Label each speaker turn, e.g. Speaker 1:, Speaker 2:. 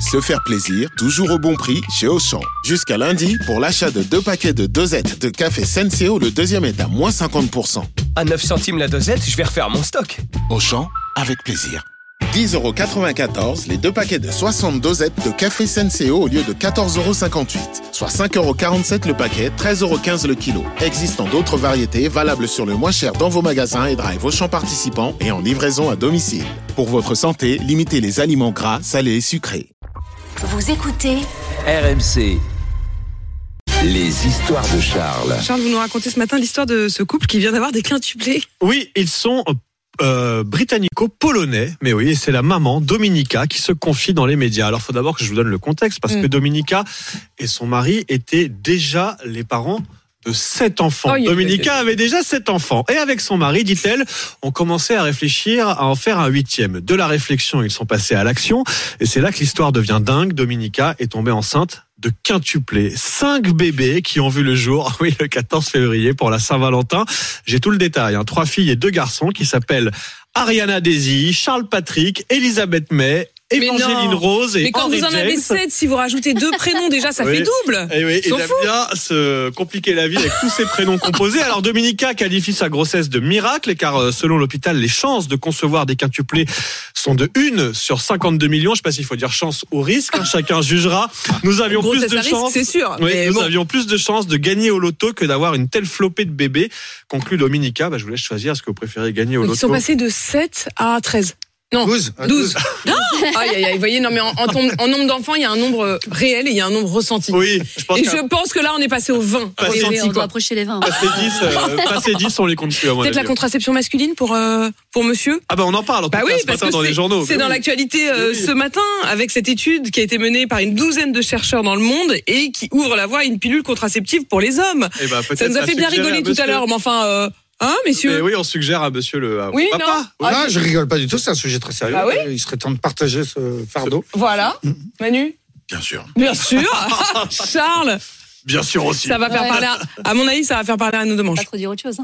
Speaker 1: Se faire plaisir, toujours au bon prix, chez Auchan. Jusqu'à lundi, pour l'achat de deux paquets de dosettes de café Senseo, le deuxième est à moins 50%.
Speaker 2: À 9 centimes la dosette, je vais refaire mon stock.
Speaker 1: Auchan, avec plaisir. 10,94€ les deux paquets de 60 dosettes de café Senseo au lieu de 14,58€, soit 5,47€ le paquet, 13,15€ le kilo. Existant d'autres variétés valables sur le moins cher dans vos magasins et drive Auchan participants et en livraison à domicile. Pour votre santé, limitez les aliments gras, salés et sucrés.
Speaker 3: Vous écoutez
Speaker 4: RMC. Les histoires de Charles.
Speaker 5: Charles, vous nous racontez ce matin l'histoire de ce couple qui vient d'avoir des quintuplés.
Speaker 6: Oui, ils sont euh, britannico-polonais, mais oui, et c'est la maman Dominica qui se confie dans les médias. Alors, faut d'abord que je vous donne le contexte, parce que Dominica et son mari étaient déjà les parents de sept enfants.
Speaker 5: Oh, il y a-
Speaker 6: Dominica avait déjà sept enfants. Et avec son mari, dit-elle, on commençait à réfléchir à en faire un huitième. De la réflexion, ils sont passés à l'action. Et c'est là que l'histoire devient dingue. Dominica est tombée enceinte de quintuplés. Cinq bébés qui ont vu le jour, oui, le 14 février pour la Saint-Valentin. J'ai tout le détail. hein. Trois filles et deux garçons qui s'appellent Ariana Daisy, Charles Patrick, Elisabeth May,
Speaker 5: Mais non.
Speaker 6: Evangeline Rose et
Speaker 5: Mais quand
Speaker 6: Henry
Speaker 5: vous en avez
Speaker 6: James.
Speaker 5: sept, si vous rajoutez deux prénoms déjà, ça
Speaker 6: Oui.
Speaker 5: fait double.
Speaker 6: Eh oui,
Speaker 5: Ils sont
Speaker 6: il aime bien se compliquer la vie avec tous ces prénoms composés. Alors Dominica qualifie sa grossesse de miracle, et car euh, selon l'hôpital, les chances de concevoir des quintuplés sont de 1 sur 52 millions. Je sais pas s'il faut dire chance ou risque, hein, chacun jugera. Nous avions
Speaker 5: Gros,
Speaker 6: plus
Speaker 5: ça, ça
Speaker 6: de
Speaker 5: risque,
Speaker 6: chances.
Speaker 5: c'est sûr.
Speaker 6: Oui,
Speaker 5: mais
Speaker 6: nous
Speaker 5: bon.
Speaker 6: avions plus de chances de gagner au loto que d'avoir une telle flopée de bébés. Conclut Dominica, bah, je vous laisse choisir ce que vous préférez gagner au
Speaker 5: Ils sont
Speaker 6: loto.
Speaker 5: passés de 7 à 13. Non,
Speaker 7: 12.
Speaker 5: 12. Non Aïe, aïe, aïe, vous voyez, non, mais en, en tom- en nombre d'enfants, il y a un nombre euh, réel et il y a un nombre ressenti.
Speaker 6: Oui, je pense
Speaker 5: Et
Speaker 6: qu'à
Speaker 5: je pense que là, on est passé au 20.
Speaker 6: Passé
Speaker 5: ressenti,
Speaker 3: on doit
Speaker 5: quoi.
Speaker 3: approcher les 20.
Speaker 6: passer 10, euh, passer 10, on les compte plus à mon
Speaker 5: Peut-être la
Speaker 6: avis.
Speaker 5: contraception masculine pour, euh, pour monsieur
Speaker 6: Ah bah on en parle en tout
Speaker 5: Bah
Speaker 6: cas
Speaker 5: oui,
Speaker 6: ce
Speaker 5: parce
Speaker 6: matin
Speaker 5: que
Speaker 6: dans
Speaker 5: c'est-
Speaker 6: les journaux.
Speaker 5: C'est
Speaker 6: Mais
Speaker 5: dans
Speaker 6: oui. Bah
Speaker 5: l'actualité euh,
Speaker 6: Oui.
Speaker 5: ce matin avec cette étude qui a été menée par une douzaine de chercheurs dans le monde et qui ouvre la voie à une pilule contraceptive pour les hommes.
Speaker 6: Eh bah,
Speaker 5: Ça
Speaker 6: peut-être
Speaker 5: nous a fait bien
Speaker 6: suggérer
Speaker 5: rigoler tout à
Speaker 6: monsieur.
Speaker 5: l'heure, mais enfin, euh, hein,
Speaker 6: Mais
Speaker 5: messieurs
Speaker 6: oui, on suggère à monsieur le. à-
Speaker 5: Oui,
Speaker 6: Papa.
Speaker 5: non.
Speaker 7: Ah, je rigole pas du tout, c'est un sujet très sérieux.
Speaker 5: Ah oui
Speaker 7: Il serait temps de partager ce fardeau.
Speaker 5: Voilà.
Speaker 6: Mm.
Speaker 5: Manu
Speaker 1: Bien sûr.
Speaker 5: Bien sûr Charles
Speaker 6: Bien sûr aussi.
Speaker 5: Ça va faire
Speaker 3: Ouais.
Speaker 5: parler, à, à mon avis, ça va faire parler à nos deux manches.
Speaker 3: Pas trop dire autre chose. hein.